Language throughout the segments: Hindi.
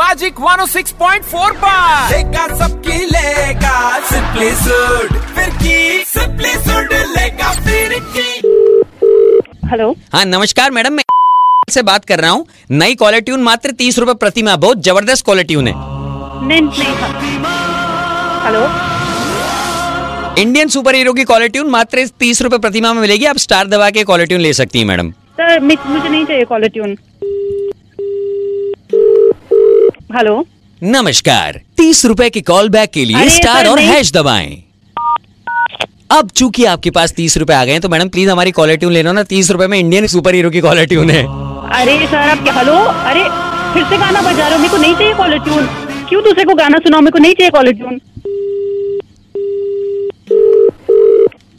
मैजिक 106.4 पर लेगा सबकी लेगा सिंपली सुड फिर की सिंपली सुड लेगा फिर की हेलो हाँ नमस्कार मैडम मैं से बात कर रहा हूँ नई कॉलर ट्यून मात्र तीस रूपए प्रति माह बहुत जबरदस्त कॉलर ट्यून है नहीं नहीं हाँ। हेलो इंडियन सुपर हीरो की कॉलर ट्यून मात्र तीस रूपए प्रति माह में मिलेगी आप स्टार दबा के कॉलर ट्यून ले सकती हैं मैडम सर मे- मुझे नहीं चाहिए कॉलर ट्यून हेलो नमस्कार तीस रूपए के कॉल बैक के लिए अरे स्टार सर, और नहीं। हैश दबाएं अब चूंकि आपके पास तीस रूपए आ गए हैं तो मैडम प्लीज हमारी कॉलर ट्यून लेना ना तीस रूपए में इंडियन सुपर हीरो की कॉलर ट्यून है अरे सर आप क्या हेलो अरे फिर से गाना बजा रहे हो मेरे को नहीं चाहिए कॉलर ट्यून क्यों दूसरे को गाना सुनाओ मेरे को नहीं चाहिए कॉलर ट्यून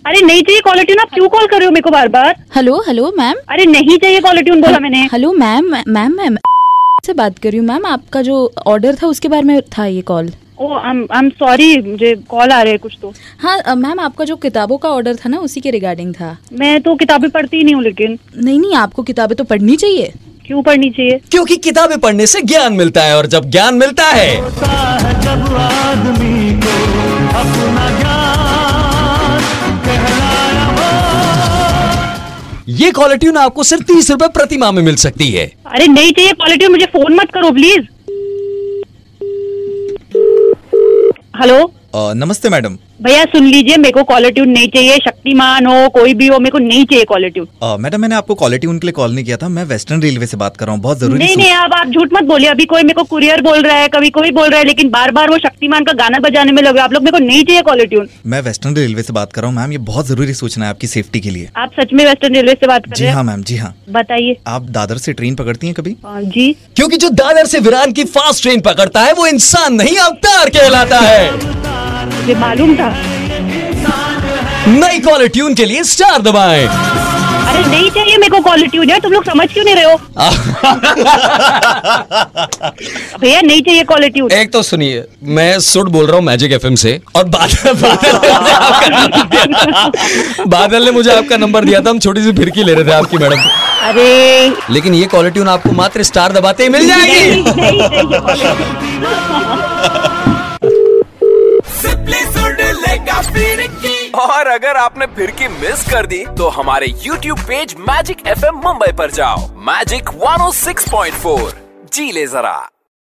अरे नहीं चाहिए कॉलर ट्यून आप क्यों कॉल कर रहे हो मेरे को बार बार हेलो हेलो मैम अरे नहीं चाहिए कॉलर ट्यून बोला मैंने हेलो मैम मैम मैम से बात कर रही हूँ मैम आपका जो ऑर्डर था उसके बारे में था ये call oh I am sorry मुझे कॉल आ रहे हैं कुछ तो हाँ अ, मैम आपका जो किताबों का ऑर्डर था ना उसी के रिगार्डिंग था मैं तो किताबें पढ़ती ही नहीं हूँ लेकिन नहीं नहीं आपको किताबें तो पढ़नी चाहिए क्यों पढ़नी चाहिए क्योंकि किताबें पढ़ने से ज्ञान मिलता है और जब ज्ञान मिलता है ये कॉलर ट्यून आपको सिर्फ तीस रूपए प्रति माह में मिल सकती है अरे नहीं चाहिए क्वालिटी मुझे फोन मत करो प्लीज हेलो नमस्ते मैडम भैया सुन लीजिए मेरे को कॉलर ट्यून नहीं चाहिए शक्तिमान हो कोई भी हो मेरे को नहीं चाहिए कॉलर ट्यून अ, मैडम मैंने आपको क्वालिटी उनके लिए कॉल नहीं किया था मैं वेस्टर्न रेलवे से बात कर रहा हूँ बहुत जरूरी नहीं सूच- नहीं अब आप झूठ मत बोलिए अभी कोई मेरे को कुरियर बोल रहा है कभी कोई बोल रहा है लेकिन बार बार वो शक्तिमान का गाना बजाने में लगे आप लोग मेरे को नहीं चाहिए कॉलर ट्यून मैं वेस्टर्न रेलवे से बात कर रहा हूँ मैम ये बहुत जरूरी सूचना है आपकी सेफ्टी के लिए आप सच में वेस्टर्न रेलवे से बात कर जी रहे हाँ हैं मैम जी हाँ बताइए आप दादर से ट्रेन पकड़ती हैं कभी हाँ, जी क्योंकि जो दादर से विरान की फास्ट ट्रेन पकड़ता है वो इंसान नहीं अवतार कहलाता है मुझे मालूम था नई कॉलर ट्यून के लिए स्टार दबाएं अरे नहीं चाहिए मेरे को कॉलर ट्यून यार तुम लोग समझ क्यों नहीं रहे हो भैया नहीं चाहिए कॉलर ट्यून एक तो सुनिए मैं सुट बोल रहा हूँ मैजिक एफएम से और बादल बादल ने मुझे आपका नंबर दिया बादल ने मुझे आपका नंबर दिया था हम छोटी सी फिरकी ले रहे थे आपकी मैडम अरे लेकिन ये क्वालिटी आपको मात्र स्टार दबाते ही मिल जाएगी नहीं, नहीं, नहीं, नहीं। सिंपली सुड लेगा फिर की और अगर आपने फिर की मिस कर दी तो हमारे YouTube oh page magic FM Mumbai पर जाओ मैजिक 106.4 जी ले जरा